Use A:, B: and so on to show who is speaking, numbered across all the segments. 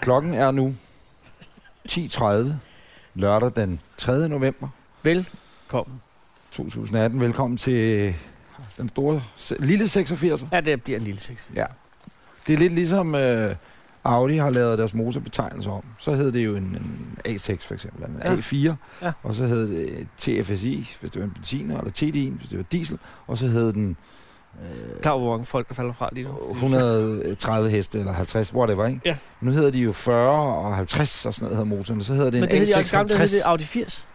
A: Klokken er nu 10.30 lørdag den 3. november
B: Velkommen.
A: 2018. Velkommen til den store, se- lille 86'er.
B: Ja, det bliver en lille sex.
A: Ja. Det er lidt ligesom øh, Audi har lavet deres motorbetegnelse om. Så hed det jo en, en A6 for eksempel, eller en A4.
B: Ja.
A: Og så hed det TFSI, hvis det var en benziner, eller TDI, hvis det var diesel. Og så hed den... Øh,
B: Klar over, hvor mange folk, der falder fra lige nu.
A: 130 heste eller 50, whatever, ikke?
B: Ja.
A: Nu hedder de jo 40 og 50 og sådan noget, hedder motoren. Så hedder det
B: Men
A: en
B: det hedder de også gamle, der hedder det
A: A650.
B: Audi 80.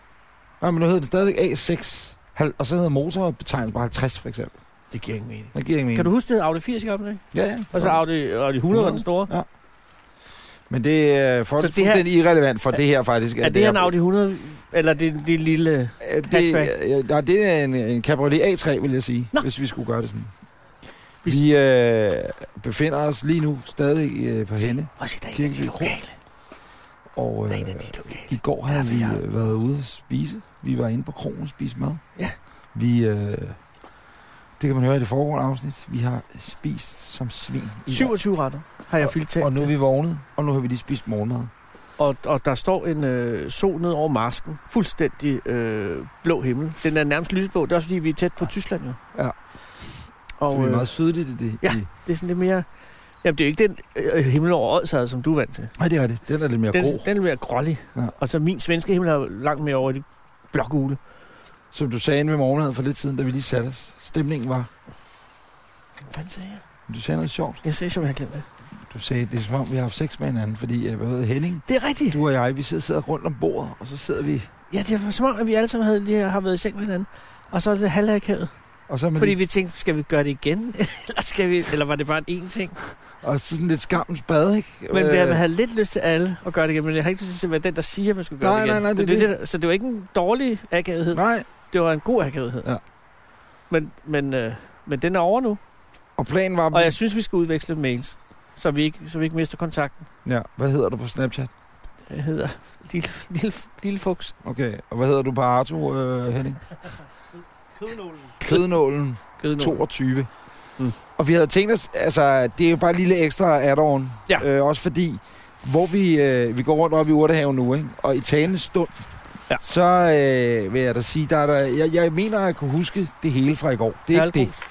A: Nej, men nu hedder det stadigvæk A6. Hal- Og så hedder motoren betegnet bare 50, for eksempel.
B: Det giver ingen mening.
A: Det giver ingen
B: Kan du
A: mening.
B: huske, det hed Audi 80 i gamle dage?
A: Ja, ja.
B: Og så Audi, Audi 100 var den store.
A: Men det er for
B: Så
A: det
B: det her-
A: fuldstændig irrelevant for det her, faktisk.
B: Er det her en Audi 100? Eller det, det er en lille...
A: Øh, Det,
B: hatchback?
A: øh, nej, det er en, en Cabriolet A3, vil jeg sige, Nå.
B: Nå.
A: hvis vi skulle gøre det sådan.
B: Vi-
A: Vi øh, befinder os lige nu stadig øh, på Henne,
B: Prøv at se, der er en af
A: Kirkeby
B: de
A: Kro.
B: lokale.
A: og
B: Der
A: øh,
B: er en af de lokale.
A: I går
B: Der
A: havde
B: vil
A: vi
B: jeg-
A: øh, været ude at spise. Vi var inde på krogen og spise mad.
B: Ja.
A: Vi, øh, det kan man høre i det foregående afsnit. Vi har spist som svin. i
B: 27 retter har jeg fyldt
A: dag.
B: til.
A: Og nu er vi vågnet, og nu har vi lige spist morgenmad.
B: og, og der står en øh, sol ned over marsken. Fuldstændig øh, blå himmel. Den er nærmest lyseblå. Det er også, fordi vi er tæt på Tyskland, jo.
A: Ja. Og,
B: Og
A: det er
B: øh,
A: meget sødligt i det.
B: ja.
A: i-
B: det er sådan lidt mere... Jamen, det er jo ikke den øh, himmel over Odsherred, som du er vant til.
A: Nej, det er det. Den er lidt mere
B: Den,
A: grå.
B: den er mere grålig.
A: Ja.
B: Ja. Og så min svenske himmel er jo langt mere over i det blågule.
A: Som du sagde inde ved morgenmaden for lidt siden, da vi lige satte os. Stemningen var...
B: Hvad fanden sagde jeg?
A: Du sagde noget sjovt.
B: Jeg sagde, som jeg havde glemt det.
A: Du sagde, det er som om, vi har haft sex med hinanden, fordi jeg ved, Henning,
B: Det er rigtigt.
A: du og jeg, vi sidder, sidder rundt om bordet, og så sidder vi...
B: Ja, det er som om, at vi alle sammen havde, lige har været i seng med hinanden. Og så er det halvakavet.
A: Og så, er man
B: Fordi
A: lige,
B: vi tænkte, skal vi gøre det igen? eller, skal vi, eller var det bare en én ting?
A: og så sådan lidt skammens bad, ikke?
B: Men
A: Øh,
B: øh... jeg havde lidt lyst til alle at gøre det igen, men jeg har ikke lyst til at være den, der siger, at man skulle gøre
A: Nej,
B: det igen.
A: nej, nej, det
B: så,
A: er
B: det, der- så det var ikke en dårlig akavethed.
A: Nej,
B: Det var en god akavethed.
A: Ja.
B: Men, men, øh, men den er over nu.
A: og planen var...
B: Og jeg synes, vi skal udveksle mails, så vi ikke, så vi ikke mister kontakten.
A: Ja, hvad hedder du på Snapchat?
B: Jeg hedder Lille, lille, lille Fuchs.
A: Okay, og hvad hedder du på Arto, øh, Henning? Kødnålen
B: Kødnålen.
A: 22. Mm.
B: Mm.
A: Og vi havde tænkt os, altså, det er jo bare et lille ekstra add-on.
B: Ja.
A: Øh, også fordi, hvor vi, øh, vi går rundt op i Urtehaven nu, ikke? og i talende stund,
B: Ja.
A: så øh, vil jeg da sige, der er der, jeg, jeg mener, at jeg kunne huske det hele fra i går. Det er ikke det.
B: Halvgrus.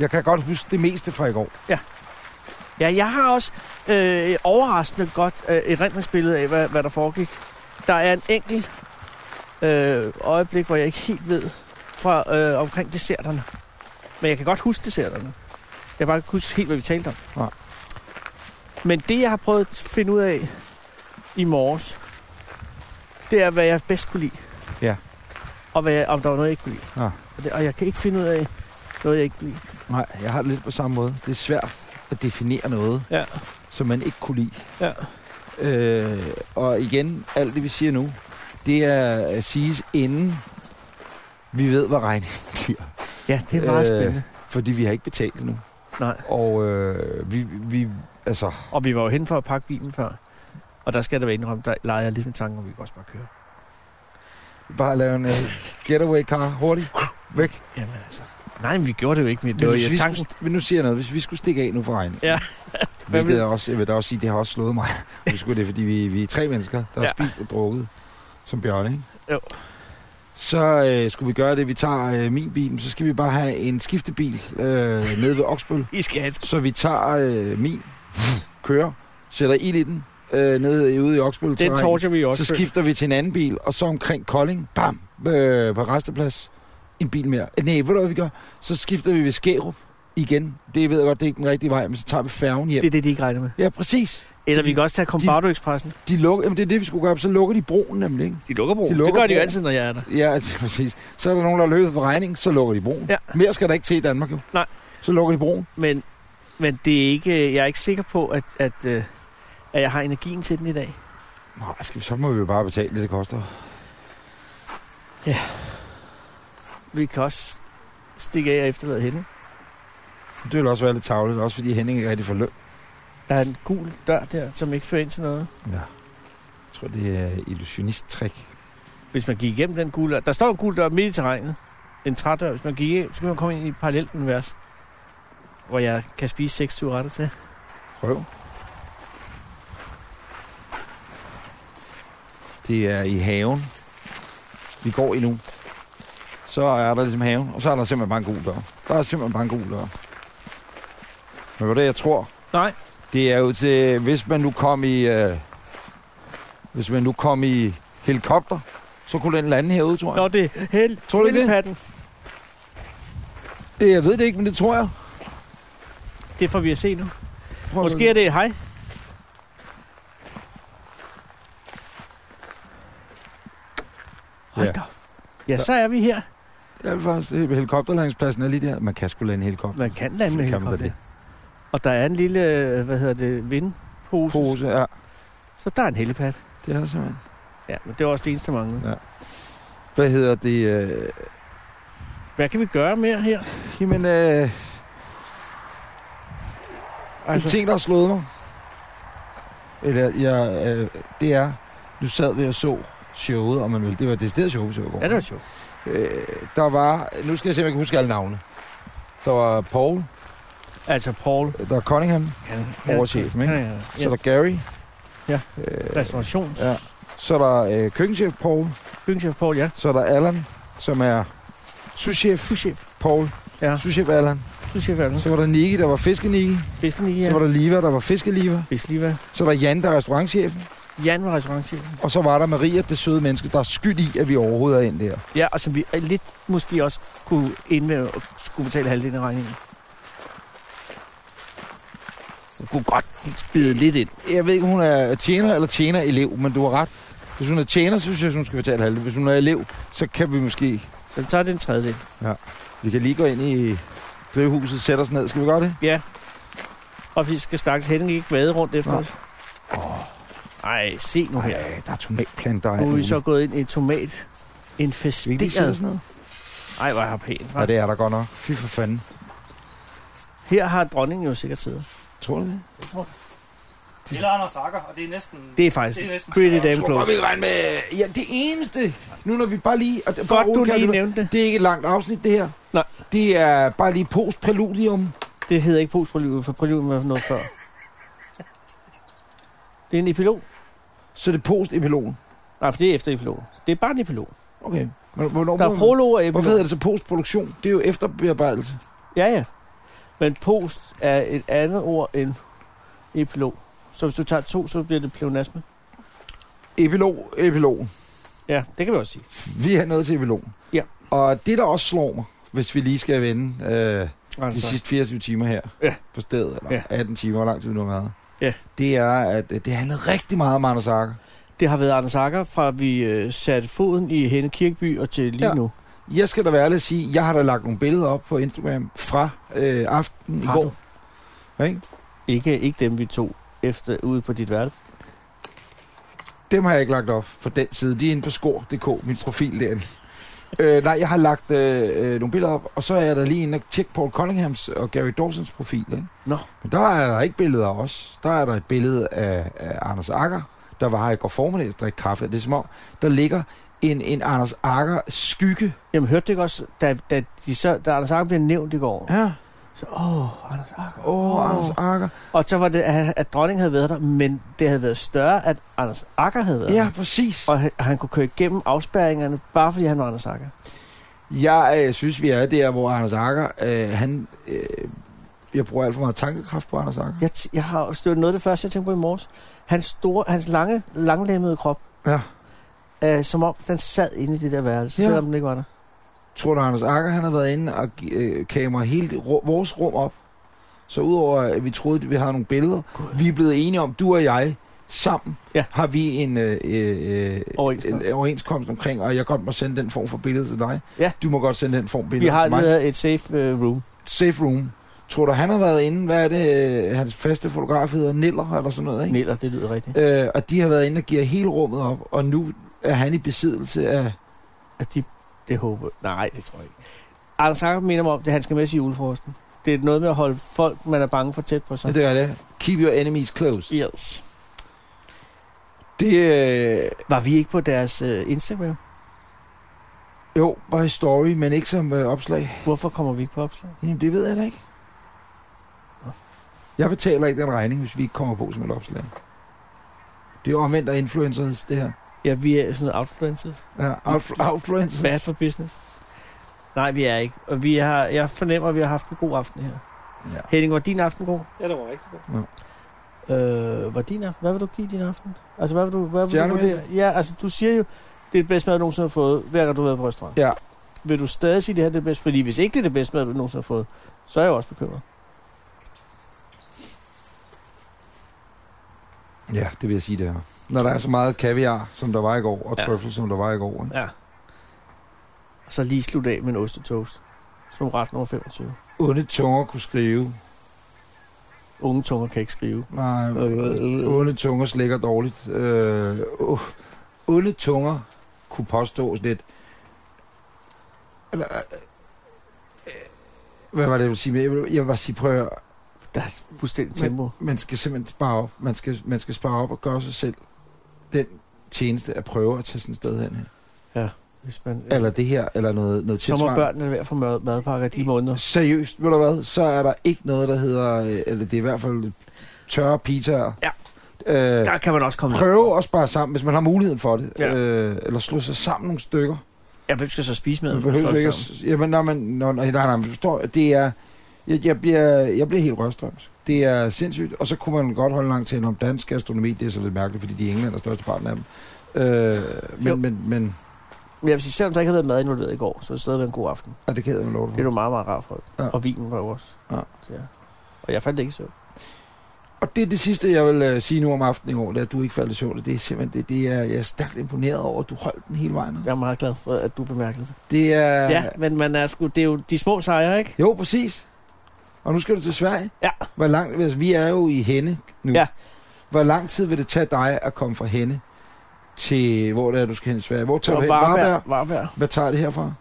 A: Jeg kan godt huske det meste fra i går.
B: Ja, jeg har også øh, overraskende godt øh, et rendringsbillede af, hvad, hvad der foregik. Der er en enkelt øh, øjeblik, hvor jeg ikke helt ved fra øh, omkring desserterne. Men jeg kan godt huske desserterne. Jeg kan bare ikke huske helt, hvad vi talte om.
A: Nej.
B: Men det, jeg har prøvet at finde ud af i morges, det er, hvad jeg bedst kunne lide.
A: Ja.
B: Og hvad jeg, om der var noget, jeg ikke kunne lide.
A: Nå.
B: Og, det, og jeg kan ikke finde ud af noget, jeg ikke kunne lide.
A: Nej, jeg har det lidt på samme måde. Det er svært at definere noget,
B: Ja.
A: som man ikke kunne lide.
B: Ja.
A: Øh, og igen, alt det vi siger nu, det er at siges inden vi ved, hvad regningen bliver.
B: Ja, det er meget
A: Øh,
B: øh... spændende.
A: Fordi vi har ikke betalt endnu.
B: Nej.
A: Og øh, vi, vi, altså,
B: Og vi var jo hen for at pakke bilen før. Og der skal der være indrømme, der leger jeg lidt med tanken, om vi kan også bare køre.
A: bare lave en uh, getaway car hurtigt. Væk.
B: Jamen altså. Nej, men vi gjorde det jo ikke, men det
A: Men
B: var
A: hvis
B: jo
A: vi
B: tanken.
A: skulle, men nu siger jeg noget. Hvis vi skulle stikke af nu for regningen.
B: Ja. Hvad
A: hvilket
B: vil-
A: er også, jeg vil da også sige, det har også slået mig. Nu skulle det, fordi vi, vi er tre mennesker, der ja. har spist og drukket som bjørne, ikke?
B: Jo.
A: Så øh, skulle vi gøre det, vi tager øh, min bil, men så skal vi bare have en skiftebil øh, nede ved Oksbøl.
B: I skal have et sk-
A: Så vi tager øh, min, kører, sætter ild i den øh, nede ude i Oksbøl.
B: Den torture vi jo også.
A: Så skifter vi til en anden bil, og så omkring Kolding, bam, øh, på resteplads, en bil mere. Øh, Nej, ved du hvad vi gør? Så skifter vi ved Skærup igen. Det ved jeg godt, det er ikke den rigtige vej, men så tager vi færgen hjem.
B: Det er det, de ikke regner med.
A: Ja, præcis.
B: Eller vi kan også tage Combardo Expressen.
A: De lukker, jamen det er det, vi skulle gøre, så lukker de broen nemlig, ikke?
B: De lukker broen.
A: De lukker
B: det gør de jo
A: broen.
B: altid, når jeg er der.
A: Ja, altså, præcis. Så er der nogen, der har løbet på regningen, så lukker de broen.
B: Ja.
A: Mere skal der ikke til i Danmark, jo.
B: Nej.
A: Så lukker de broen.
B: Men, men det er ikke, øh, jeg er ikke sikker på, at, at, øh, at jeg har energien til den i dag.
A: Nå, skal vi, så må vi jo bare betale det, det koster.
B: Vi kan også stikke af og efterlade hende.
A: Det vil også være lidt tavligt, også fordi Henning ikke rigtig får løn.
B: Der er en gul dør der, som ikke fører ind til noget.
A: Ja. Jeg tror, det er illusionist-trick.
B: Hvis man gik igennem den gule dør. Der står en gul dør midt i terrænet. En trædør. Hvis man gik igennem, så kan man komme ind i et parallelt univers. Hvor jeg kan spise 26 retter til.
A: Prøv. Det er i haven. Vi går endnu. Så er der ligesom haven, og så er der simpelthen bare en gul dør. Der er simpelthen bare en gul dør. Men hvad det, jeg tror?
B: Nej.
A: Det er jo til, hvis man nu kom i, øh, hvis man nu kom i helikopter, så kunne den lande herude, tror jeg.
B: Nå, det er held.
A: Tror du ikke det?
B: Patten.
A: Det, jeg ved det ikke, men det tror jeg.
B: Det får vi at se nu.
A: Prøv at-
B: Måske er det hej. Hold
A: Ja.
B: da. op. Ja, så er vi her.
A: Det er faktisk, helikopterlandingspladsen er lige der. Man kan sgu lande en helikopter.
B: Man kan lande med
A: Så kan man da
B: helikopter. Og der er en lille, øh, hvad hedder det, vindpose.
A: Pose, ja.
B: Så der er en helipad.
A: Det er der simpelthen.
B: Ja, men det var også det eneste, der manglede.
A: Ja. Hvad hedder det? Øh,
B: Hvad kan vi gøre mere her?
A: jamen, øh, altså. en
B: Altså,
A: ting, der har slået mig, eller jeg, øh, det er, nu sad vi og så showet, om man vil. Det var det sted show, vi så i går.
B: ja, det var sjovt.
A: øh, der var, nu skal jeg se, om jeg kan huske alle navne. Der var Paul,
B: Altså, Paul.
A: der er Cunningham,
B: Kan,
A: Vores chef, ikke?
B: Kan, ja,
A: så er der Gary.
B: Ja.
A: Øh,
B: Restaurations.
A: ja. Så er der øh, køkkenchef Paul,
B: Bygningschef Paul, ja.
A: så er der Allan, som er souschef
B: Souschef.
A: Paul,
B: Ja.
A: souschef Allan.
B: Souschef er den.
A: Så var der Niki, der var fiskeniki.
B: Fisken i,
A: Ja.
B: ja.
A: Så var der Liva, der var fiskeliva.
B: Fisk øh, lige hvad?
A: Så var der Jan, der er restaurantchefen.
B: Jan var restaurantchefen.
A: Og så var der Maria, det søde menneske, der er skyld i, at vi overhovedet er ind der.
B: Ja, og som vi er lidt måske også kunne indvende og skulle betale halvdelen af regningen. Du kunne godt spide lidt ind.
A: Jeg ved ikke, om hun er tjener eller tjener-elev, men du har ret. Hvis hun er tjener, så synes jeg, hun skal betale halvdelen. Hvis hun er elev, så kan vi måske...
B: Så tager det en tredjedel.
A: Vi kan lige gå ind i drivhuset, sætte os ned. Skal vi gøre det?
B: Og vi skal stakkes Henning ikke vade rundt efter
A: Nå.
B: os. Ej, se nu her.
A: Ej, der er tomatplanter.
B: Nu er vi så
A: Vil
B: gået ind i en tomat.
A: I ikke lige sætte os
B: Infesteret.
A: ned?
B: Ej, hvor er her pænt.
A: Ja,
B: hva'?
A: det er der godt nok. Fy for fanden.
B: Her har dronningen jo sikkert siddet.
A: Tror du det?
B: Jeg tror det.
C: Eller Anders Akker, og det er næsten...
B: Det er faktisk
C: Det er næsten-
B: pretty
A: Jeg
B: damn
A: tror bare, vi
B: close.
A: kan regne med... Ja, det eneste... Nu når vi bare lige... Og det, bare
B: Godt, du
A: roligt, kan
B: lige
A: jeg-
B: nævnte det.
A: Det er ikke et langt afsnit, det her.
B: Nej.
A: Det er bare lige post-præludium.
B: Det hedder ikke postproliden, for proliden var noget før. Det er en epilog.
A: Så det er post-epilogen.
B: Nej, for det er efter epilog. Det er bare en epilog.
A: Okay. Men Hvornår må
B: Der er
A: man-
B: prolog og
A: Hvorfor hedder
B: epilog.
A: det så postproduktion? Det er jo efterbearbejdelse.
B: Ja, ja. Men post er et andet ord end epilog. Så hvis du tager to, så bliver det pleonasme.
A: Epilog, epilogen.
B: Ja, det kan vi også sige.
A: Vi er nået til epilogen.
B: Ja.
A: Og det, der også slår mig, hvis vi lige skal vende øh, de
B: Altså,
A: sidste 24 timer her
B: Ja.
A: på stedet, eller
B: Ja.
A: 18 timer, hvor lang tid vi nu har været,
B: Ja.
A: det er, at øh, det handlede rigtig meget om Anders Akker.
B: det har været Anders Akker, fra vi øh, satte foden i Henne Kirkeby og til lige
A: Ja.
B: ja. nu.
A: Jeg skal da være ærlig at sige, jeg har da lagt nogle billeder op på Instagram fra øh, aftenen i
B: Har
A: går.
B: du?
A: Ikke?
B: Ikke, ikke dem, vi tog efter ude på dit værelse.
A: Dem har jeg ikke lagt op på den side. De er inde på skor.dk, min profil derinde. øh, nej, jeg har lagt øh, øh, nogle billeder op, og så er jeg der lige inde og tjekke Paul Cunninghams og Gary Dawsons profil. Ikke?
B: Nå.
A: Men der er der ikke billeder af os. Der er der et billede af, af Anders Akker, der var her i går formiddag og drikke kaffe. Det er som om, der ligger en, en Anders Akker skygge.
B: Jamen, hørte du ikke også, da, da, de så, da Anders Akker blev nævnt i går?
A: Ja.
B: Så, åh, Anders Akker.
A: Åh, oh, Anders Akker.
B: Og så var det, at, at dronningen havde været der, men det havde været større, at Anders Akker havde været
A: Ja,
B: der.
A: præcis.
B: Og han, han kunne køre igennem afspærringerne, bare fordi han var Anders Akker.
A: Jeg øh, synes, vi er der, hvor Anders Akker, øh, han... Øh, jeg bruger alt for meget tankekraft på Anders Akker.
B: Jeg, t- jeg har det var noget af det første, jeg tænkte på i morges. Hans, store, hans lange, langlemmede krop.
A: Ja.
B: Øh, som om den sad inde i det der værelse,
A: Ja.
B: ja. selvom den ikke var der.
A: Tror du, Anders Akker han har været inde og gi- øh, kamera hele det, ru- vores rum op? Så udover at vi troede, at vi havde nogle billeder,
B: God.
A: vi er blevet enige om, du og jeg sammen
B: Ja.
A: har vi en øh, øh,
B: Overenskomst.
A: øh, overenskomst omkring, og jeg godt må sende den form for billede til dig.
B: Ja.
A: Du må godt sende den form billede
B: Vi har
A: til mig.
B: lavet et safe øh, room.
A: Safe room. Tror du, han har været inde? Hvad er det, øh, hans faste fotograf hedder? Niller eller sådan noget, ikke?
B: Niller, det lyder rigtigt.
A: Øh, og de har været inde og giver hele rummet op, og nu er han i besiddelse af...
B: At Altså, de, det håber Nej, det tror jeg ikke. Anders Akker minder mig om, det han skal med til julefrosten. Det er noget med at holde folk, man er bange for tæt på
A: Så.
B: sig.
A: Det er det. Keep your enemies close.
B: Yes.
A: Det, øh,
B: Var vi ikke på deres øh, Instagram?
A: Jo, bare i story, men ikke som øh, opslag.
B: Hvorfor kommer vi ikke på opslag?
A: Jamen, det ved jeg da ikke. Jeg betaler ikke den regning, hvis vi ikke kommer på som et opslag. Det er jo omvendt af influencers, det her.
B: Ja, vi er sådan noget outfluencers.
A: Ja, outf- outfluencers.
B: Bad for business. Nej, vi er ikke. Og vi har, jeg fornemmer, at vi har haft en god aften her.
A: Ja.
B: Henning, var din aften god?
C: Ja, det var rigtig godt.
B: Øh, var din aften? Hvad vil du give din aften? Altså, hvad vil du... Hvad vil du
A: Stjernemæssigt?
B: vurdere? Ja, altså, du siger jo, det er det bedste mad, du nogensinde har fået, hver gang du har været på restaurant.
A: Ja.
B: Vil du stadig sige, det her er det bedste? Fordi hvis ikke det er det bedste mad, du nogensinde har fået, så er jeg jo også bekymret.
A: ja, det vil jeg sige, det er. Når der er så meget kaviar, som der var i går, og
B: Ja.
A: trøffel, som der var i går. Ikke?
B: Ja. Og så lige slutte af med en ostetoast. Som ret nummer 25.
A: Onde tunger kunne skrive.
B: Unge tunger kan ikke skrive.
A: Nej, onde tunger slikker dårligt. Øh, uh, onde tunger kunne påstås lidt... Eller, øh, hvad var det, jeg ville sige? Jeg vil, jeg vil bare sige, prøv at høre,
B: Der er fuldstændig tempo.
A: man skal simpelthen spare op. Man skal, man skal spare op og gøre sig selv den tjeneste at prøve at tage sådan et sted hen. her.
B: Hvis man,
A: Eller det her, eller noget, noget
B: så må
A: tilsvarende.
B: børnene være for mad, madpakker i de måneder.
A: Seriøst, ved du hvad, så er der ikke noget, der hedder, øh, eller det er i hvert fald tørre pizzaer.
B: Ja.
A: Øh,
B: Der kan man også komme
A: prøve at spare sammen, hvis man har muligheden for det.
B: Ja.
A: Øh, eller slå sig sammen nogle stykker.
B: Ja, hvem skal så spise med?
A: Man behøver ikke at... Jamen, nej, men, nå, nej, nej, nej, men forstår, jeg, det er... Jeg, jeg, bliver, jeg bliver helt rørstrømt. Det er sindssygt, og så kunne man godt holde langt til om dansk gastronomi. Det er så lidt mærkeligt, fordi de englænder største parten af dem. Øh,
B: Jo.
A: men, men, men,
B: Men jeg vil sige, selvom der ikke havde været mad involveret i går, så har det stadig været en god aften.
A: er det kæder, lov
B: Det er du meget, meget rar for.
A: Ja.
B: Ja. Og vinen var jo også.
A: Ja.
B: ja. Og jeg faldt ikke i søvn.
A: Og det er det sidste, jeg vil øh, sige nu om aftenen i år, det er, at du ikke faldt i søvn. Det er simpelthen, det, det er, jeg er stærkt imponeret over, at du holdt den hele vejen.
B: Jeg er meget glad for, at du bemærkede det.
A: Det er...
B: Ja, ja men man er sgu, det er jo de små sejre, ikke?
A: Jo, præcis. Og nu skal du til Sverige.
B: Ja.
A: Hvor lang, altså, vi er jo i Henne nu.
B: Ja.
A: Hvor lang tid vil det tage dig at komme fra Henne til, hvor det er, du skal hen i Sverige? Hvor tager du
B: Og
A: hen? Varberg.
B: Varberg. Varberg.
A: Hvad tager det herfra?
B: Det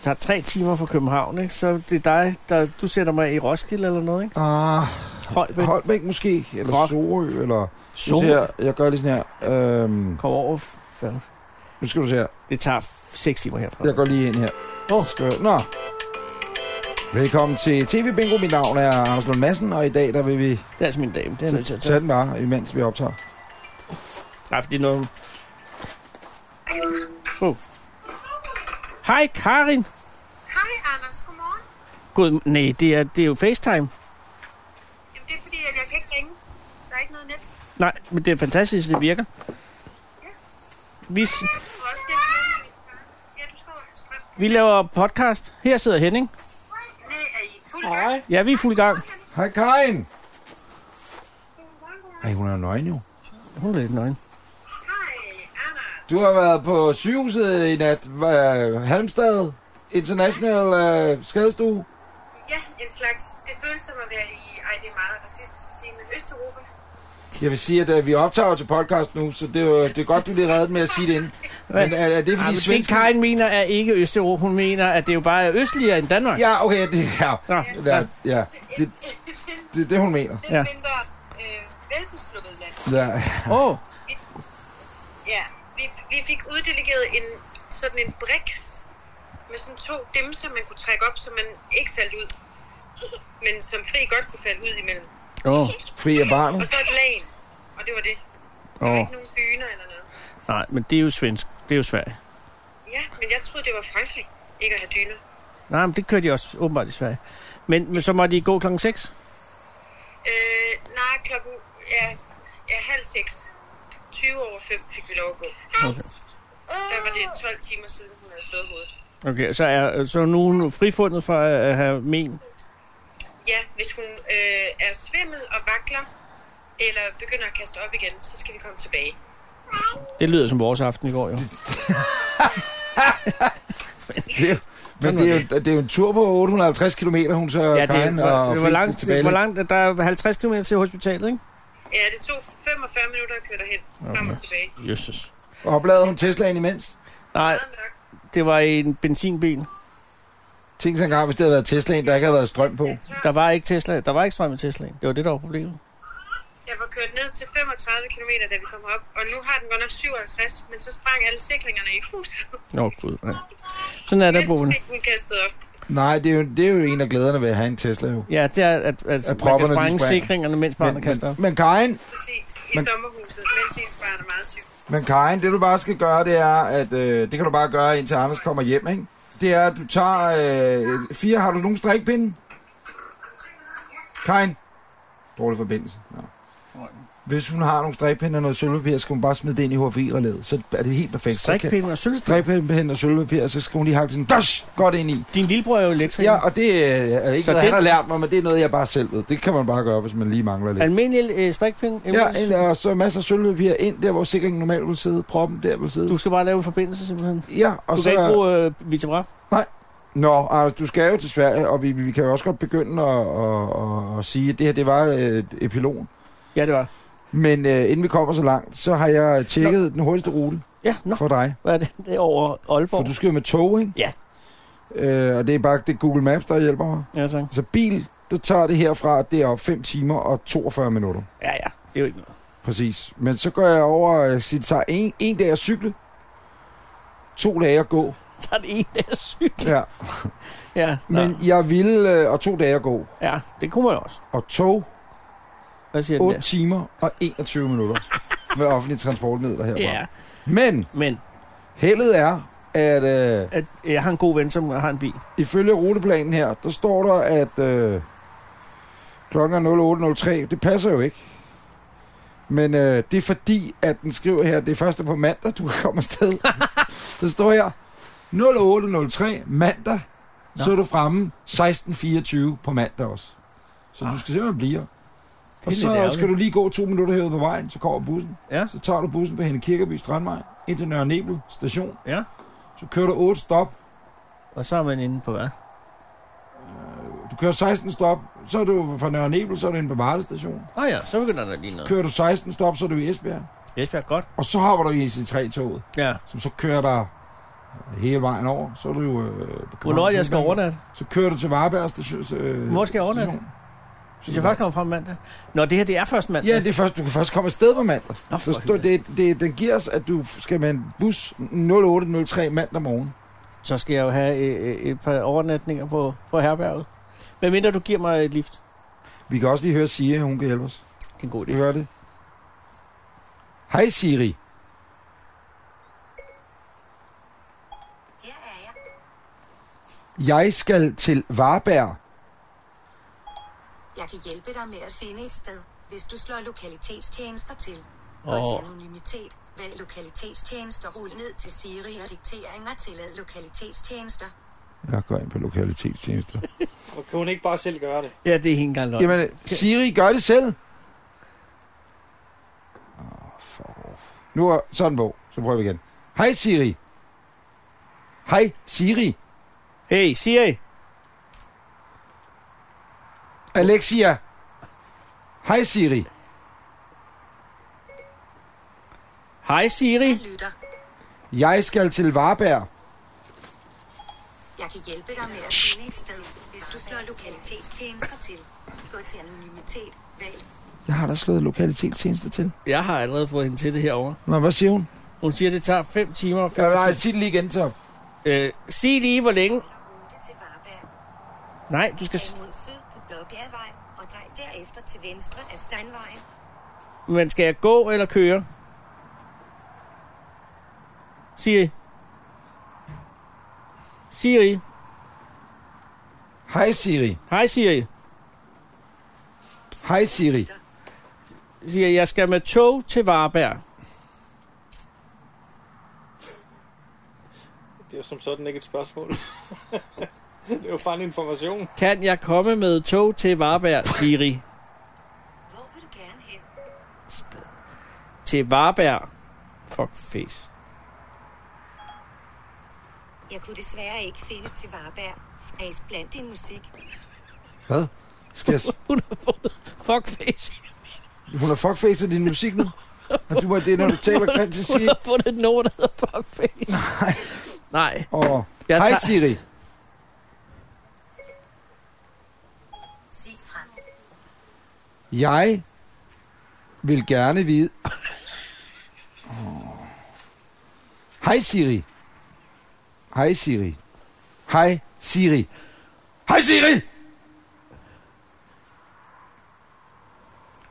B: tager tre timer fra København, ikke? Så det er dig, der, du sætter mig i Roskilde eller noget, ikke?
A: Ah,
B: Højbæk.
A: Holbæk måske, eller
B: Fuck.
A: Sorø, eller... Nu ser
B: Sol.
A: Jeg, jeg gør lige sådan her. Øhm,
B: Kom over. Færdig.
A: nu skal du se her.
B: Det tager 6 timer herfra.
A: Jeg går lige ind her. Oh. Skal... Nå. Velkommen til TV Bingo. Mit navn er Anders Lund Madsen, og i dag der vil vi
B: Det er altså min dame. Det er jeg nødt til
A: t-
B: at tage.
A: tage den bare, imens vi optager.
B: Nej, fordi noget... Oh. Hej, Karin.
D: Hej Anders, godmorgen.
B: God, nej, det er, det er jo FaceTime.
D: Jamen det er fordi, at jeg kan ikke ringe. Der er ikke noget net.
B: Nej, men det er fantastisk, det virker. Vi, s-
D: Du er også nemt med. Ja, du står og strøm.
B: vi laver podcast. Her sidder Henning.
D: Det er i fuld gang.
C: Hej.
B: Ja, vi er i fuld gang.
A: Hej Karin!
D: Godmorgen, godmorgen.
A: Ej, hun er jo nøgen jo.
B: Hun er lidt nøgen.
D: Hej Anders.
A: Du har været på sygehuset i nat. Hva- Halmstad International øh, Skadestue.
D: Ja, en slags, det føles som at være i, ej det er meget racistisk at sige, men Østeuropa.
A: Jeg vil sige, at øh, vi optager jo til podcast nu, så det er, jo- det er godt, du lige reddet med at sige det inden. Men øh, er, er det
B: Ej,
A: fordi
B: men det
A: svenskerne...
B: Karin mener er ikke Østeuropa. Hun mener, at det jo bare er østligere end Danmark.
A: Ja, okay, det er...
B: Nå,
A: Ja, ja, det
D: Det, det,
A: det, er det, hun mener.
D: det
B: Ja.
D: ja. mindre øh, velbesluttet land.
A: Ja.
B: Åh, oh,
D: Ja, vi, vi fik uddelegeret en, sådan en briks med sådan to dimser, man kunne trække op, så man ikke faldt ud. Men som fri godt kunne falde ud imellem.
B: oh,
A: Fri af barnet.
D: Og så et lagen, og det var det. Der var
B: Åh.
D: ikke nogen dyner eller noget.
B: nej, men det er jo svensk. Det er jo Sverige.
D: Ja, men jeg troede, det var Frankrig, ikke at have dyner.
B: Nej, men det kører de også åbenbart i Sverige. Men, men så må de gå klokken 6.
D: Øh, nej, klokken er, er halv seks. 20 over 5 fik vi lov at gå.
B: Okay.
D: Der var det 12 timer siden, hun havde slået hovedet.
B: Okay, så er så er nu hun frifundet for at at have men.
D: Ja, hvis hun øh, er svimmel og vakler, eller begynder at kaste op igen, så skal vi komme tilbage.
B: Det lyder som vores aften i går, jo.
A: Det er, jo- men det er, jo, det er jo en tur på 850 km, hun så ja,
B: Ja, det,
A: Karin
B: er-
A: og
B: hvor, hvor,
A: Fritz
B: langt,
A: tilbage.
B: hvor langt, der er 50 km til hospitalet, ikke?
D: Ja, det tog 45 minutter at køre derhen, frem og tilbage.
B: Justus.
A: Og opladede hun Teslaen imens?
B: Nej,
D: Meget mørkt.
B: det var en benzinbil.
A: Tænk sig engang, hvis det havde været Teslaen, der ikke havde været strøm på.
B: Der var ikke Tesla, der var ikke strøm i Teslaen. Det var det, der var problemet.
D: Jeg var kørt ned til 35 km, da vi kom op, og nu har den godt nok 57, men så sprang alle sikringerne i huset.
B: Nå, gud. Ja. Sådan er det, Bogen.
D: Mens fik hun kastet op.
A: Nej, det er, jo, det er jo en af glæderne ved at have en Tesla. Jo.
B: Ja, det er, at, at, at man
A: propperne,
B: kan
A: de
B: sprænge
A: springer.
B: sikringerne, mens barnet kaster op.
A: men Karin,
D: Præcis, i
A: Men-
D: sommerhuset, mens ens barn er meget syg.
A: Men Karin, det du bare skal gøre, det er, at øh, det kan du bare gøre, indtil Anders kommer hjem, ikke? Det er, at du tager... Øh, fire, har du nogen strikpinde? Karin? Dårlig forbindelse. Ja. Hvis hun har nogle strikpinde og noget sølvpapir, skal hun bare smide det ind i HFI-relæet. Så er det helt perfekt. Så kan-
B: Strikpinden og sølvstrik.
A: strikpinde og sølvpapir, og så skal hun lige hakke sådan, dash, godt ind i.
B: Din lillebror er jo elektriker.
A: Ja, og det øh, er ikke
B: Så
A: så noget,
B: den-
A: han har lært mig, men det er noget, jeg bare selv ved. Det kan man bare gøre, hvis man lige mangler lidt.
B: Almindelig øh, strikpind.
A: Ja, ind, og så masser af sølvpapir ind der, hvor sikringen normalt vil sidde. Proppen der vil sidde.
B: Du skal bare lave en forbindelse, simpelthen.
A: ja, og
B: Du
A: så...
B: kan ikke bruge øh, Vitebra.
A: Nå, Anders, du skal jo til Sverige, og vi, vi kan jo også godt begynde at, at, at, at sige, at det her, det var øh, et epilon.
B: Ja, det var.
A: Men øh, inden vi kommer så langt, så har jeg tjekket Nå. den hurtigste rute
B: Ja, nå,
A: for dig.
B: hvad er det? Det er over
A: For
B: Aalborg.
A: du skal jo med tog, ikke?
B: Ja.
A: Øh, og det er bare det er Google Maps, der hjælper mig.
B: Ja, tak.
A: Så bil, der tager det herfra, det er op 5 timer og 42 minutter.
B: Ja, ja, det er jo ikke noget.
A: Præcis. Men så går jeg over og siger, det tager en, en dag at cykle, to dage at gå.
B: Så er det en, der er syg.
A: Ja.
B: Ja,
A: Men
B: men...
A: jeg ville, øh, og to dage at gå,
B: ja, det kunne man jo også.
A: og tog,
B: Hvad siger den
A: 8
B: der?
A: timer og 21 minutter med offentlige transportmidler herfra.
B: Ja,
A: Men
B: men
A: heldet er, at øh,
B: at, jeg har en god ven, som har en bil.
A: ifølge ruteplanen her, der står der, at øh, klokken er 08.03. Det passer jo ikke. Men øh, det er fordi, at den skriver her, det er første på mandag, du kommer afsted. der står her, 08.03 mandag, Nå. så er du fremme 16.24 på mandag også. Så du skal simpelthen blive her. Og
B: Ah. lidt
A: så
B: ærgerligt.
A: skal du lige gå to minutter herude på vejen, så kommer bussen.
B: Ja.
A: Så tager du bussen på Henne Kirkeby Strandvej, ind til Nørre Nebel station.
B: Ja.
A: Så kører du 8 stop,
B: Og så er man inde på hvad?
A: Du kører 16 stop, så er du fra Nørre Nebel, så er du inde på Varde station.
B: Nå ja, så begynder der lige noget.
A: Kører du 16 stop, så er du i Esbjerg.
B: Jesper, godt.
A: Og så hopper du i IC3-toget,
B: Ja.
A: som så kører dig hele vejen over. Så er du øh, på København
B: Hvornår jeg skal
A: Sydbanen.
B: overnatte?
A: Så kører du til Varberg station. Øh,
B: Hvor skal jeg overnatte?
A: station. Så
B: Hvis jeg først kommer frem mandag. Nå, det her, det er først mandag.
A: Ja, det er først, du kan først komme afsted på mandag.
B: Nå, for
A: Der står,
B: helvede.
A: det, det, den giver os, at du skal med en bus 0803 mandag morgen.
B: Så skal jeg jo have øh, et, et par overnatninger på, på herberget. Hvad mindre du giver mig et lift.
A: Vi kan også lige høre Siri, hun kan hjælpe os.
B: Det er en god idé.
A: Vi gør det. Hej Siri.
E: Her er jeg.
A: Jeg skal til Varberg.
E: Jeg kan hjælpe dig med at finde et sted, hvis du slår lokalitetstjenester til. Gå
B: Åh.
E: til anonymitet. Vælg lokalitetstjenester, rul ned til Siri og dikteringer tillad lokalitetstjenester.
A: Jeg går ind på lokalitetstjenester.
C: Og kan hun ikke bare selv gøre det?
B: Ja, det er ikke engang løgn.
A: Jamen, Siri, gør det selv. Åh, for off. Nu er sådan på. Så prøver vi igen. Hej Siri. Hej Siri.
B: Hey, Siri.
A: Alexia. Hej Siri.
B: Hej, Siri.
E: Jeg lytter.
A: Jeg skal til Varberg.
E: Jeg kan hjælpe dig med at finde et sted, hvis du slår lokalitetstjenester til. Gå til anonymitet. Vælg.
A: Jeg har da slået lokalitetstjenester til.
B: Jeg har allerede fået hende til det herovre.
A: Nå, hvad siger hun?
B: Hun siger, det tager 5 timer og
A: Ja, nej,
B: 5
A: sig det lige igen, Tom.
B: øh, Sig lige, hvor længe...
E: Rute til Varberg.
B: Nej, du skal...
E: Tag
B: s-
E: mod syd på Blåbjergvej og drej derefter til venstre af Steinvejen.
B: Men skal jeg gå eller køre? Siri. Siri.
A: Hej Siri.
B: Hej, Siri.
A: Hej Siri.
B: Siger, jeg skal med tog til Varberg.
C: Det er jo som sådan ikke et spørgsmål. det er jo bare en information.
B: Kan jeg komme med tog til Varberg, Siri?
E: Hvor vil du gerne hen?
B: til Varberg. Fuck face.
E: Jeg kunne desværre ikke finde til Varberg. Er I blandt din musik?
A: Hvad? Skal jeg... s-
B: Hun har fundet fuck face.
A: Hun har fuckfacet din musik nu. Og du var det, når du taler grimt til
B: Hun
A: Siri.
B: har fundet et nummer, der hedder fuck face. Nej. Nej.
A: Og...
B: Jeg
A: Hej
B: tager-
A: Siri.
E: Sig frem.
A: Jeg vil gerne vide... Åh. Hej Siri. Hej Siri. Hej Siri. Hej Siri!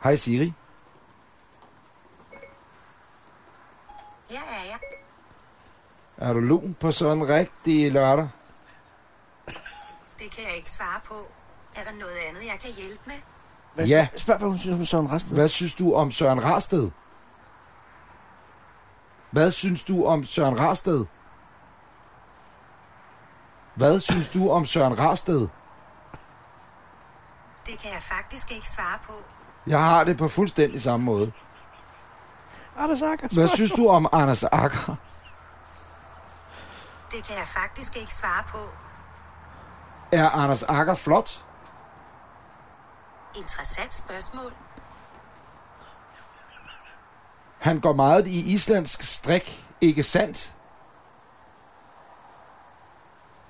A: Hej Siri. Er du lun på sådan en rigtig lørdag?
E: Det kan jeg ikke svare på. Er der noget andet, jeg kan hjælpe med?
B: Hvad,
A: Ja.
B: Spørg, hvad hun synes om Søren Rasted.
A: Hvad synes du om Søren Rarsted? Hvad synes du om Søren Rarsted? Hvad synes du om Søren Rarsted?
E: Det kan jeg faktisk ikke svare på.
A: Jeg har det på fuldstændig samme måde.
B: Anders Akker, spørg.
A: Hvad synes du om Anders Akker?
E: Det kan jeg faktisk ikke svare på.
A: Er Anders Akker flot?
E: Interessant spørgsmål.
A: Han går meget i islandsk strik, ikke sandt?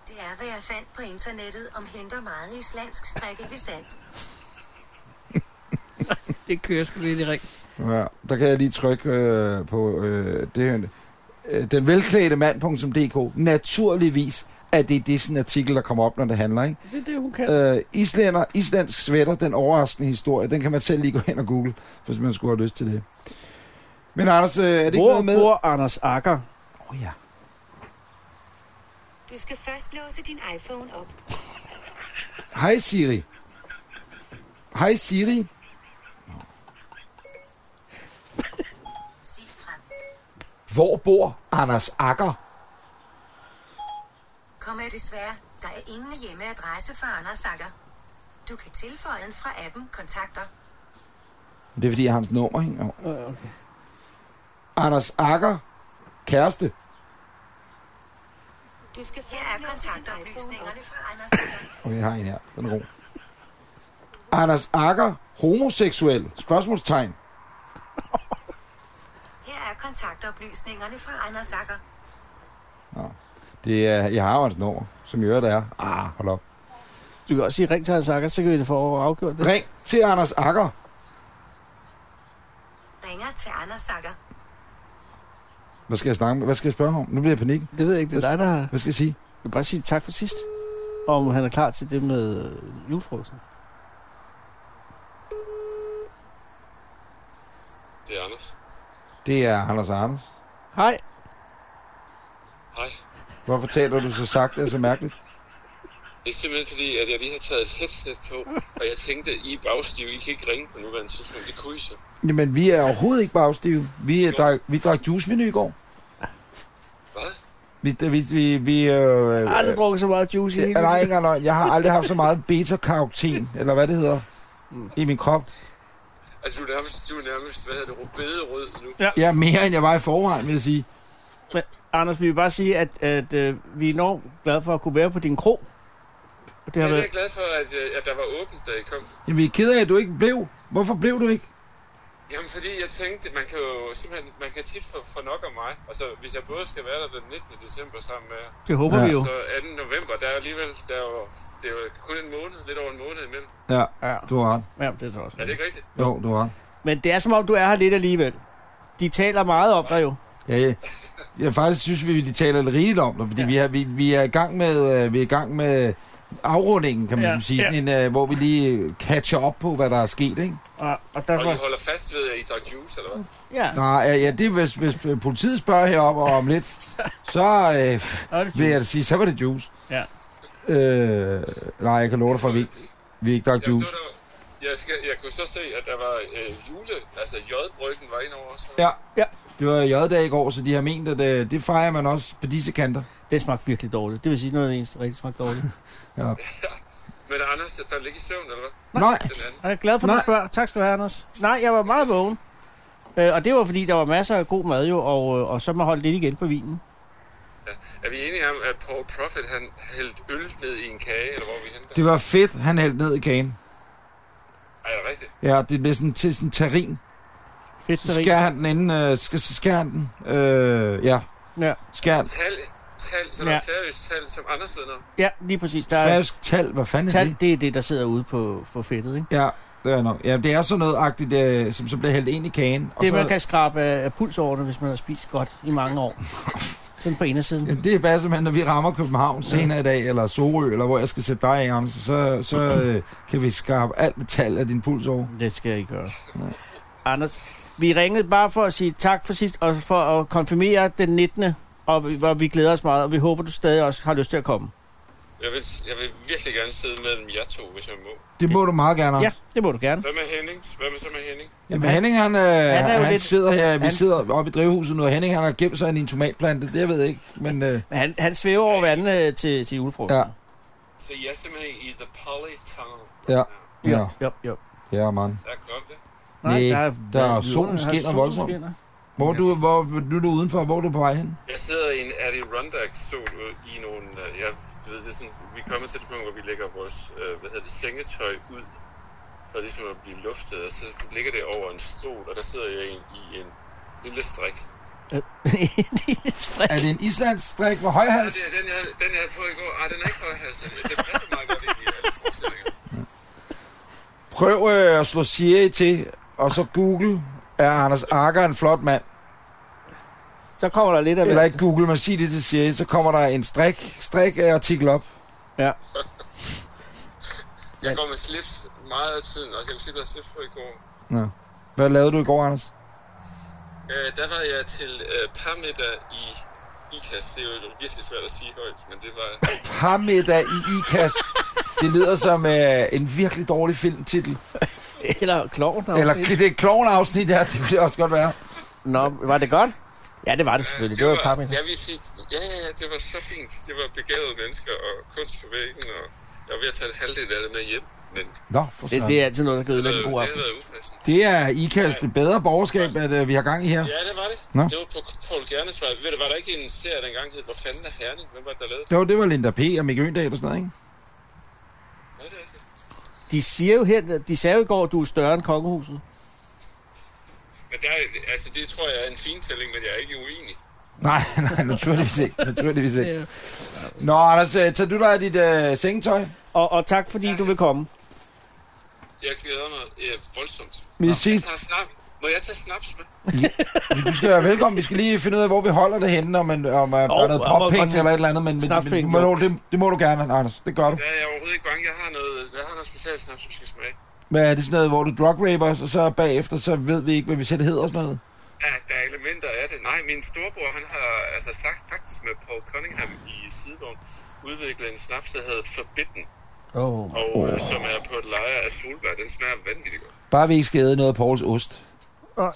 E: Det er, hvad jeg fandt på internettet om henter meget islandsk strik, ikke sandt?
F: Det kører sgu lidt i ring.
A: Ja, der kan jeg lige trykke øh, på øh, det her. Øh, Den velklædte mand.dk. Naturligvis er det, det er sådan en artikel, der kommer op, når det handler, ikke?
B: Det er det, hun kan.
A: Øh, islænder, islandsk sweater, den overraskende historie, den kan man selv lige gå hen og google, hvis man skulle have lyst til det. Men Anders, øh, er det
B: Hvor
A: ikke noget med...
B: bor Anders Akker?
A: Oh, ja.
E: Du skal først låse din iPhone op.
A: Hej Siri. Hej Siri.
E: Sig frem.
A: Hvor bor Anders Akker?
E: Kom jeg desværre. Der er ingen hjemmeadresse for Anders Akker. Du kan tilføje en fra appen Kontakter.
A: Det er fordi, jeg har hans nummer, ikke? Jo. Okay. Anders Akker, kæreste.
E: Du skal Her er kontaktoplysningerne fra Anders Akker.
A: Okay, jeg har en her. Den er god. Anders Akker, homoseksuel? Spørgsmålstegn.
E: Her er kontaktoplysningerne fra Anders Akker.
A: Det er, jeg har jo hans nummer, som i øvrigt er. Ah, hold op.
B: Du kan også sige, ring til Anders Akker, så kan vi det få afgjort det.
A: Ring til Anders Akker.
E: Ringer til Anders Akker.
A: Hvad skal jeg snakke med? Hvad skal jeg spørge ham? om? Nu bliver jeg i panik.
B: Det ved jeg ikke, det er dig, der har...
A: Hvad skal jeg sige?
B: Jeg vil bare sige tak for sidst. Og om han er klar til det med øh, julefrokosten.
G: Det er Anders.
A: Det er Anders Anders.
B: Hej.
G: Hej.
A: Hvorfor taler du så sagt og så mærkeligt?
G: Det er simpelthen fordi, at jeg lige har taget et headset på, og jeg tænkte, I er bagstive, I kan ikke ringe på nuværende tidspunkt. Det kunne I så.
A: Jamen, vi er overhovedet ikke bagstive. Vi, er, drak, vi drak juicemenu i går.
G: Hvad?
A: Vi, vi, vi, vi øh,
B: Jeg har aldrig
A: øh,
B: drukket så meget juice i hele
A: Ja, nej,
B: mit
A: ikke engang løgn. Jeg har aldrig haft så meget beta-karotin, eller hvad det hedder, i min krop.
G: Altså, du er nærmest, du er nærmest hvad hedder det, bederød nu.
A: Ja, mere end jeg var i forvejen, vil jeg sige.
B: liv. Men Anders, vi vil bare sige, at, at øh, vi er enormt glade for at kunne være på din krog. Og det
G: Jeg
B: har
G: er
B: været...
G: lidt glad for, at, øh, at der var åbent, da I kom.
A: Jamen, vi er ked af, at du ikke blev. Hvorfor blev du ikke?
G: Jamen, fordi jeg tænkte, man kan jo simpelthen, man kan tit få, få nok af mig. Altså, hvis jeg både skal være der den 19. december sammen med jer,
B: Det håber
A: Ja.
B: ja. vi jo.
G: så 2. november, der er jo alligevel, der er jo, det er jo kun en måned, lidt over en måned imellem.
A: Ja,
B: Ja,
A: du har ret.
B: ja det er det også.
G: Er det ikke rigtigt?
A: Jo, du har ret.
B: Men det er som om, du er her lidt alligevel. De taler meget om dig jo.
A: Ja, jeg, jeg faktisk synes, vi de taler lidt rigeligt om det, fordi ja. vi, er, vi, vi er i gang med, øh, vi er i gang med afrundingen, kan man
B: Ja,
A: ja. sige,
B: ja.
A: sådan en, øh, hvor vi lige catcher op på, hvad der er sket, ikke?
B: Og, og
G: Og I
B: derfor...
G: holder fast ved, at I drak juice, eller hvad?
B: Ja,
A: Nej, ja, ja, det er, hvis, hvis øh, politiet spørger heroppe og om lidt, så øh,
B: og det
A: vil jeg da sige, så var det juice.
B: Ja.
A: Øh, nej, jeg kan love dig for, at vi, ikke- vi ikke drak
G: Jeg,
A: juice.
G: så der, jeg, skal, jeg kunne så se, at der var øh, jule, altså J-bryggen var ind over. Så.
A: Ja. Det var J-dag i går, så de har ment, at øh, det fejrer man også på disse kanter.
B: Den smagte virkelig dårligt. Det vil sige, noget af det eneste der rigtig smagte dårligt.
G: Men Anders, der faldt ikke i søvn, eller hvad?
A: Nej,
G: Den anden.
B: Og jeg er glad for, at du
A: Nej.
B: spørger. Tak skal du have, Anders. Nej, jeg var meget vågen. Øh, og det var, fordi der var masser af god mad jo, og, øh, og så man holdt lidt igen på vinen.
G: Er vi enige om, at Paul Prophet, han hældte øl ned i en kage, eller hvor er vi henne der?
A: det var fedt, han hældte ned i kagen.
G: Ej, er det rigtigt?
A: Ja, det blev sådan til sådan terrin.
B: Fedt
A: Så
B: terrin.
A: skærer han den inden, øh, skal, så skærer han den. Øh, ja,
B: Ja.
A: skærer den.
G: Tal, tal, sådan
B: Ja.
G: ja. seriøst tal, som Anders ved noget.
B: ja, lige præcis. Der er,
A: Færøsk tal, hvad fanden er
B: tal,
A: det?
B: det er det, der sidder ude på, på fedtet. Ikke?
A: Ja, det er nok. Ja, det er sådan noget agtigt, øh, som så bliver hældt ind i kagen. Og
B: Det,
A: så,
B: man kan skrabe øh, af, af pulsårene, hvis man har spist godt i mange år. Sådan på indersiden.
A: Jamen, det er bare simpelthen, når vi rammer København senere i dag, eller Sorø, eller hvor jeg skal sætte dig, Anders, så, så øh, kan vi skrabe alt det tal af din puls over.
B: Det skal jeg ikke gøre. Anders, vi ringede bare for at sige tak for sidst, og for at konfirmere den 19. og vi, og vi glæder os meget, og vi håber, du stadig også har lyst til at komme.
G: Jeg vil, jeg vil virkelig gerne sidde mellem jer to, hvis jeg må.
A: Det må du meget gerne,
B: Ja,
A: Anders.
B: det må du gerne.
G: Hvad med Henning? Hvad med så med Henning?
A: Jamen, Henning, han, øh, han,
B: er jo
A: han
B: lidt-
A: sidder her, vi
B: han-
A: sidder oppe i drivhuset nu, og Henning, han har gemt sig ind i en tomatplante, det jeg ved jeg ikke, men øh,
B: Men han, han svæver over vandene øh, til, til julefrokosten.
A: ja,
G: Så jeg er simpelthen i The Poly Town.
A: ja, ja,
B: Jo, jo, jo.
A: ja, mand.
G: Der er godt det.
A: Nej, der er-
B: vidunderligt.
A: solen skinner
B: solen
A: voldsomt.
B: skinner.
A: Hvor er du, hvor, nu er du udenfor, hvor er du på vej hen?
G: Jeg sidder i en Adirondack stol i nogle... øh, Jeg ved, det er sådan, vi kommer til det punkt, hvor vi lægger vores øh, hvad hedder det, sengetøj ud for ligesom at blive luftet, og så ligger det over en stol, og der sidder jeg i en, i en lille strik.
A: Er det en islandsdrik med
G: Ja,
A: højhals?
G: det er den, jeg, den jeg havde på i går. Ej, den er ikke højhalset. Det passer meget godt ind i alle forestillinger.
A: Prøv øh, at slå Siri til, og så google, er Anders Akker en flot mand?
B: Så kommer der lidt af
A: Eller ikke google, men sig det til Siri, så kommer der en strik, strik øh, artikel op.
G: Jeg går med slips meget af tiden, også jeg kunne slippe at have slips på i går.
A: Hvad lavede du i går, Anders?
G: Øh, der var jeg til øh, parmiddag i IKAS. Det er jo virkelig svært at sige højt, men det var...
A: Parmiddag i ikast. Det lyder som øh, en virkelig dårlig filmtitel.
B: Eller klovn.
A: Eller det er et klovn-afsnit her, det kunne det også godt være.
B: Nå, var det godt? Ja, det var det selvfølgelig. Det var pappen.
G: Jeg vil sige, ja, ja, ja, det var så fint. Det var begavede mennesker og kunst på væggen, og jeg var ved at tage en halvdel af det med hjem. Men
A: Nå, for
B: Det,
A: søren.
B: det er altid noget, der kan
G: det
B: ødelægge
G: havde
B: en god aften.
G: været upassende.
A: det er ikast det bedre borgerskab, at øh, vi har gang i her.
G: Ja, det var det.
A: Nå.
G: Det var på Paul Gernes vej. Ved du, var der ikke en serie dengang, hed Hvor fanden er Herning? Hvem var det, der lavede?
A: Jo, det var Linda P. og Mikke Øndal og sådan noget, ikke?
G: Hvad er det? altså?
B: De siger jo her, de sagde jo i går, at du er større end kongehuset.
G: Men der, er- altså, det tror jeg er en fin tælling, men jeg er ikke uenig.
A: Nej, nej, naturligvis ikke. Naturligvis ikke. Nå, Anders, øh, tager du dig af dit øh, sengetøj?
B: Og, og tak, fordi du vil komme.
G: Jeg glæder mig øh, voldsomt.
A: Vi
G: Jeg
A: ses.
G: tager snap. Må jeg tage snaps med?
A: Du skal være velkommen. Vi skal lige finde ud af, hvor vi holder det henne, om, man, om øh, der er
B: og
A: noget
B: hvor- hvor-
A: poppenge eller et eller andet. Men, men, men du
B: Snapsvinkel.
A: må, det, det må du gerne, Anders. Det gør du.
G: Ja, jeg er overhovedet ikke bange. Jeg har noget, jeg har noget specielt snaps, du skal smage.
A: Hvad er det sådan noget, hvor du drug raper os, og så bagefter, så ved vi ikke, hvad vi selv hedder og sådan noget?
G: Ja, der er elementer af det. Nej, min storebror, han har altså sagt faktisk med Paul Cunningham i Sidevogn, udviklet en snaps, der hedder Forbidden,
A: Oh.
G: og øh, som er på et leje af solbær. Den smager vanvittigt godt.
A: Bare vi ikke skal æde noget af Pauls ost.
B: Nej,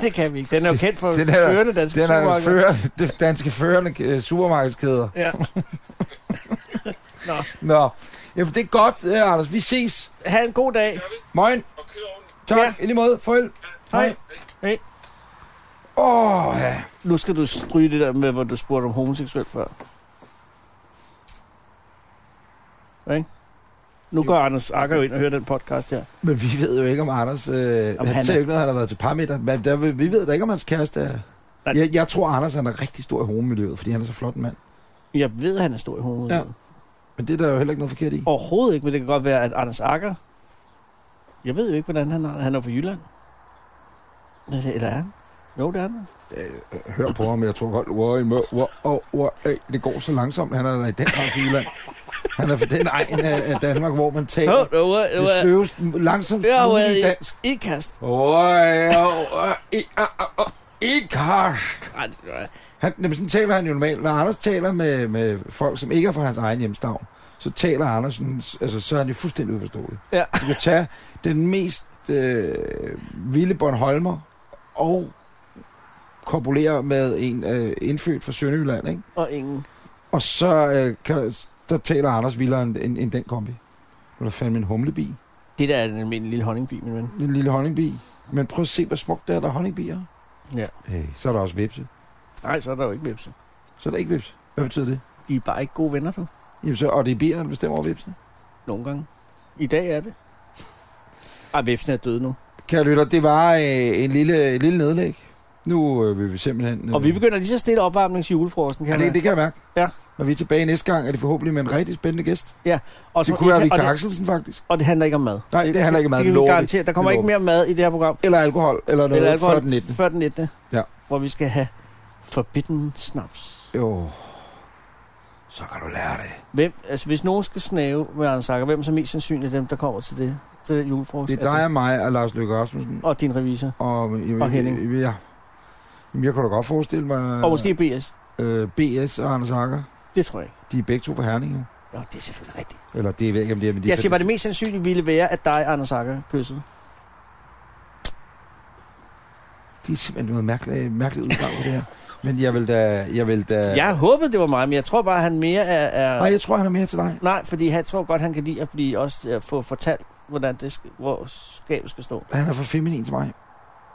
B: det kan vi ikke. Den er jo kendt for
A: Den
B: den
A: er-
B: førende danske
A: Den er
B: supermarked.
A: fører, det danske førende øh, supermarkedskæder.
B: Ja.
A: Nå, Jamen, det er godt, øh, Anders. Vi ses.
B: Ha' en god dag.
A: Morgen.
G: Og kør ordentligt.
A: Tak.
B: Ja.
A: Ja. I lige måde. Farvel.
B: Hej. Hej.
A: Åh, oh, ja.
B: Nu skal du stryge det der med, hvor du spurgte om homoseksuel før. Ikke? Nu går Anders Akker jo ind og hører den podcast her.
A: Men vi ved jo ikke, om Anders... Øh, Jamen, han,
B: han
A: han sagde jo
B: er-
A: ikke noget, han har været til parmiddag. Men der, vi ved da ikke, om hans kæreste er...
B: Nej.
A: Jeg, jeg tror, Anders han er rigtig stor i homomiljøet, fordi han er så flot en mand.
B: Jeg ved, at han er stor i hovedet.
A: Ja. Men det er der jo heller ikke noget forkert i.
B: Overhovedet ikke, men det kan godt være, at Anders Akker... Jeg ved jo ikke, hvordan han er. Han er fra Jylland. Eller eller er han? Jo, det er han.
A: Hør på ham, jeg tror godt... Wow, wow, wow, wow, wow, øh, det går så langsomt. Han er da i den grad fra Jylland. Han er fra den egen af, af Danmark, hvor man taler
B: Jo,
A: oh,
B: det var...
A: det støves langsomt
B: Jeg har
A: i
B: været
A: dansk.
B: i ikast.
A: Ikke harsh.
B: Ej, det var-
A: Han, jamen, sådan taler han jo normalt. Når Anders taler med, med folk, som ikke er fra hans egen hjemstavn, så taler Anders, sådan- altså, så er han jo fuldstændig uforståelig.
B: Ja.
A: Du kan tage den mest øh, vilde Bornholmer og kopulere med en øh, indfødt fra Sønderjylland, ikke?
B: Og ingen.
A: Og så øh, kan, der taler Anders vildere end, end, end den kombi. Nu er der fandme en humlebi.
B: Det der er en almindelig lille honningbi, min ven.
A: En lille honningbi. Men prøv at se, hvor smukt det er, der er honningbier.
B: Ja.
A: Hey, så er der også vipse.
B: Nej, så er der jo ikke vipse.
A: Så er der ikke vips. Hvad betyder det?
B: De er bare ikke gode venner, du.
A: Jamen, så, og det er bierne, der bestemmer over vipsene.
B: Nogle gange. I dag er det. Ej, vipsen er døde nu.
A: Kære lytter, det var øh, en lille, en lille nedlæg. Nu øh, vil vi simpelthen... Øh,
B: Og vi begynder lige så stille opvarmning til julefrokosten,
A: ja,
B: kan
A: det, det kan jeg mærke.
B: Ja.
A: Når vi er tilbage næste gang, er det forhåbentlig med en rigtig spændende gæst.
B: og
A: Det kunne være
B: ikke-
A: Victor
B: og, det,
A: Axelsen, faktisk.
B: og det handler ikke om mad.
A: Nej, det handler ikke om mad.
B: Det kan vi
A: Lover vi.
B: garantere. Der kommer
A: Det
B: ikke mere mad i det her program.
A: Eller alkohol, eller noget
B: Eller
A: eller alkohol. før
B: alkohol
A: den 19.
B: Før den 19.
A: Ja.
B: Hvor vi skal have forbidden snaps.
A: Jo, så kan du lære det.
B: Hvem, altså hvis nogen skal snave med Anders Akker, hvem er så mest sandsynligt dem, der kommer til det, til det julefrokost?
A: Det er dig og mig og Lars Løkke Rasmussen.
B: og din revisor.
A: Og, jamen,
B: Og Henning.
A: Ja. Jamen, jeg kunne da godt forestille mig...
B: Og måske BS.
A: øh, BS og Anders Hakker,
B: Det tror jeg ikke.
A: de er begge to fra Herning, jo.
B: Nå, det er selvfølgelig rigtigt.
A: Eller det ved jeg ikke, om det er, men de
B: Jeg siger bare, det mest sandsynlige ville være, at dig, Anders Akker, kyssede.
A: det er simpelthen noget mærkeligt, mærkeligt uddrag, det her. Men jeg vil da... Jeg vil da...
B: Jeg håbede, det var mig, men jeg tror bare, han mere er... er...
A: Nej, jeg tror, han er mere til dig.
B: Nej, fordi han tror godt, han kan lide at blive også at få fortalt, hvordan det skal, hvor skabet skal stå.
A: Han er for feminin til mig.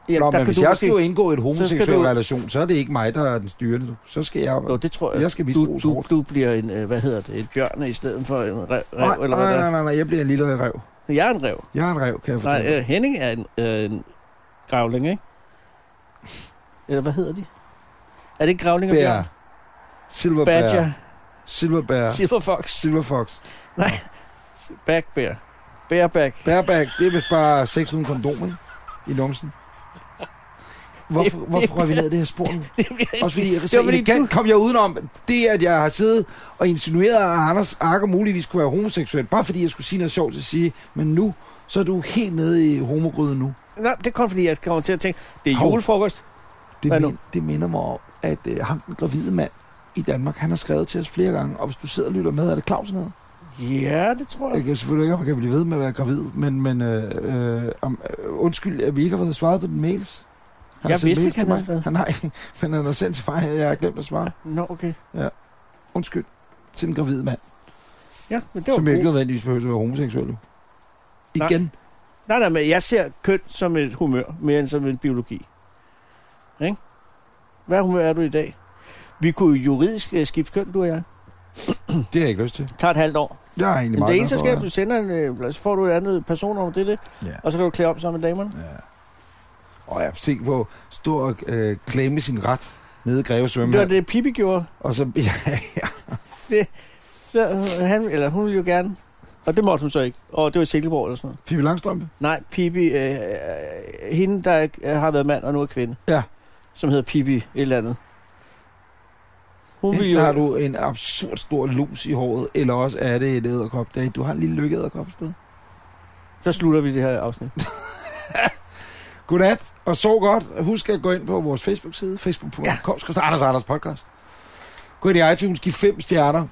B: Jamen,
A: Nå, men hvis
B: du
A: jeg
B: måske-
A: skal jo indgå i en homoseksuel
B: du-
A: relation, så er det ikke mig, der er den styrende. du. Så skal jeg...
B: Jo, det tror jeg.
A: Jeg skal
B: du,
A: misbruges
B: du,
A: hårdt.
B: du bliver en, øh, hvad hedder det, et bjørn i stedet for en rev,
A: Nej,
B: rev eller hvad
A: nej,
B: det
A: nej,
B: er.
A: nej, nej, jeg bliver en lille rev.
B: Jeg er en rev.
A: Jeg er en rev, kan jeg fortælle.
B: Nej,
A: dig.
B: øh, Henning er en, øh, en gravling, ikke? Eller hvad hedder de? Er det ikke gravling og
A: Bær.
B: bjørn?
A: Silverbær.
B: Badger.
A: Silverbær.
B: Silver Fox.
A: Silverfox.
B: Backbear. Bareback.
A: Bareback, det er vist bare sex uden kondom, ikke? I numsen. Hvorfor,
B: Det-
A: hvorfor røg vi ned i det her spor nu? Også fordi, jeg kan se,
B: var fordi,
A: elegant kom jeg udenom det, at jeg har siddet og insinueret, at Anders Akker muligvis kunne være homoseksuel, bare fordi jeg skulle sige noget sjovt til at sige, men nu, så er du helt nede i homogryden nu.
B: Nej, det er kun fordi, jeg kommer til at tænke, det er
A: Hov.
B: julefrokost.
A: Det,
B: Hvad nu?
A: min, det minder mig om, at øh, ham den gravide mand i Danmark, han har skrevet til os flere gange, og hvis du sidder og lytter med, er det Clausen hedder?
B: Ja, det tror
A: Jeg
B: jeg.
A: kan selvfølgelig ikke, om jeg kan blive ved med at være gravid, men, men øh, øh, om, øh, undskyld, at vi ikke har fået svaret på den mails. Han har
B: Jeg
A: sendt
B: vidste
A: mails til
B: ikke, han
A: mig.
B: havde skrevet.
A: Han har ikke, men han har sendt til mig, at jeg har glemt at svare.
B: Nå, okay.
A: Undskyld til den gravide mand,
B: Ja, men det var
A: som ikke
B: god.
A: nødvendigvis behøver at være homoseksuel. jo.
B: Nej.
A: Igen.
B: Nej, nej, men jeg ser køn som et humør, mere end som en biologi. Ikke? Hvad humør er du i dag? Vi kunne jo juridisk øh, skifte køn, du og jeg.
A: Det har jeg ikke lyst til.
B: Det tager et halvt år.
A: Jeg er egentlig
B: Men
A: meget
B: det eneste, der
A: glad
B: sker,
A: for,
B: at du sender en, øh, så får du et andet personnummer, det er det,
A: Ja.
B: og så kan du klæde op sammen med damerne.
A: at- Ja. Og jeg se på, stå og øh, klemme sin ret nede i Greve
B: Det var
A: svømmehal.
B: det, Pippi gjorde.
A: Og så, ja,
B: Så, øh, han, eller hun ville jo gerne. Og det måtte hun så ikke. Og det var i Silkeborg eller sådan noget.
A: Pippi Langstrømpe.
B: Nej, Pippi, øh, øh, hende, der er- har været mand og nu er kvinde.
A: Ja.
B: Som hedder Pippi et eller andet. Hun ville
A: Enten har
B: jo...
A: du en absurd stor lus i håret, eller også er det et æderkop. Det er- Du har en lille lykke æderkop sted.
B: Så slutter vi det her afsnit.
A: Godnat, og sov godt. Husk at gå ind på vores Facebook-side, facebook.com, ja. Anders Anders Podcast. Gå ind i iTunes, giv fem stjerner.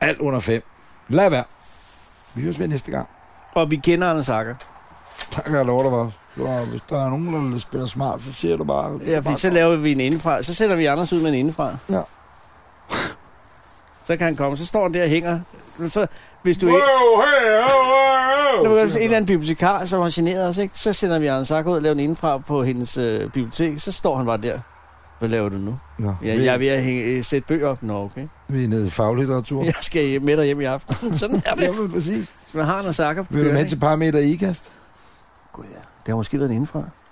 A: Alt under fem. Lad være. Vi høres ved næste gang.
B: Og vi kender Anders Akker.
A: Tak, jeg lover dig bare. Du har- Hvis der er nogen, der spiller smart, så siger du bare...
B: Ja, fordi så laver vi en indefra. Så sætter vi Anders ud med en indefra.
A: Ja.
B: Så kan han komme. Så står han der og hænger. Så, hvis du
A: Wow,
B: ikke...
A: hey, oh,
B: Når
A: oh,
B: vi
A: oh.
B: en eller anden bibliotekar, som har generet os, ikke? så sender vi Anders Akker ud og laver en indfra på hendes øh, bibliotek. Så står han bare der. Hvad laver du nu?
A: Nå,
B: Ja,
A: vi,
B: jeg er ved at hænge, øh, sætte bøger op. Nå, okay.
A: vi er nede i faglitteratur. Ja.
B: Jeg skal hjem- med dig hjem i aften. Sådan er det.
A: Jamen, præcis.
B: Man har Anders Akker på
A: Vil du
B: kører,
A: med
B: ikke?
A: til parameter i IKAST?
B: Gud, ja. Det har måske været en indfra.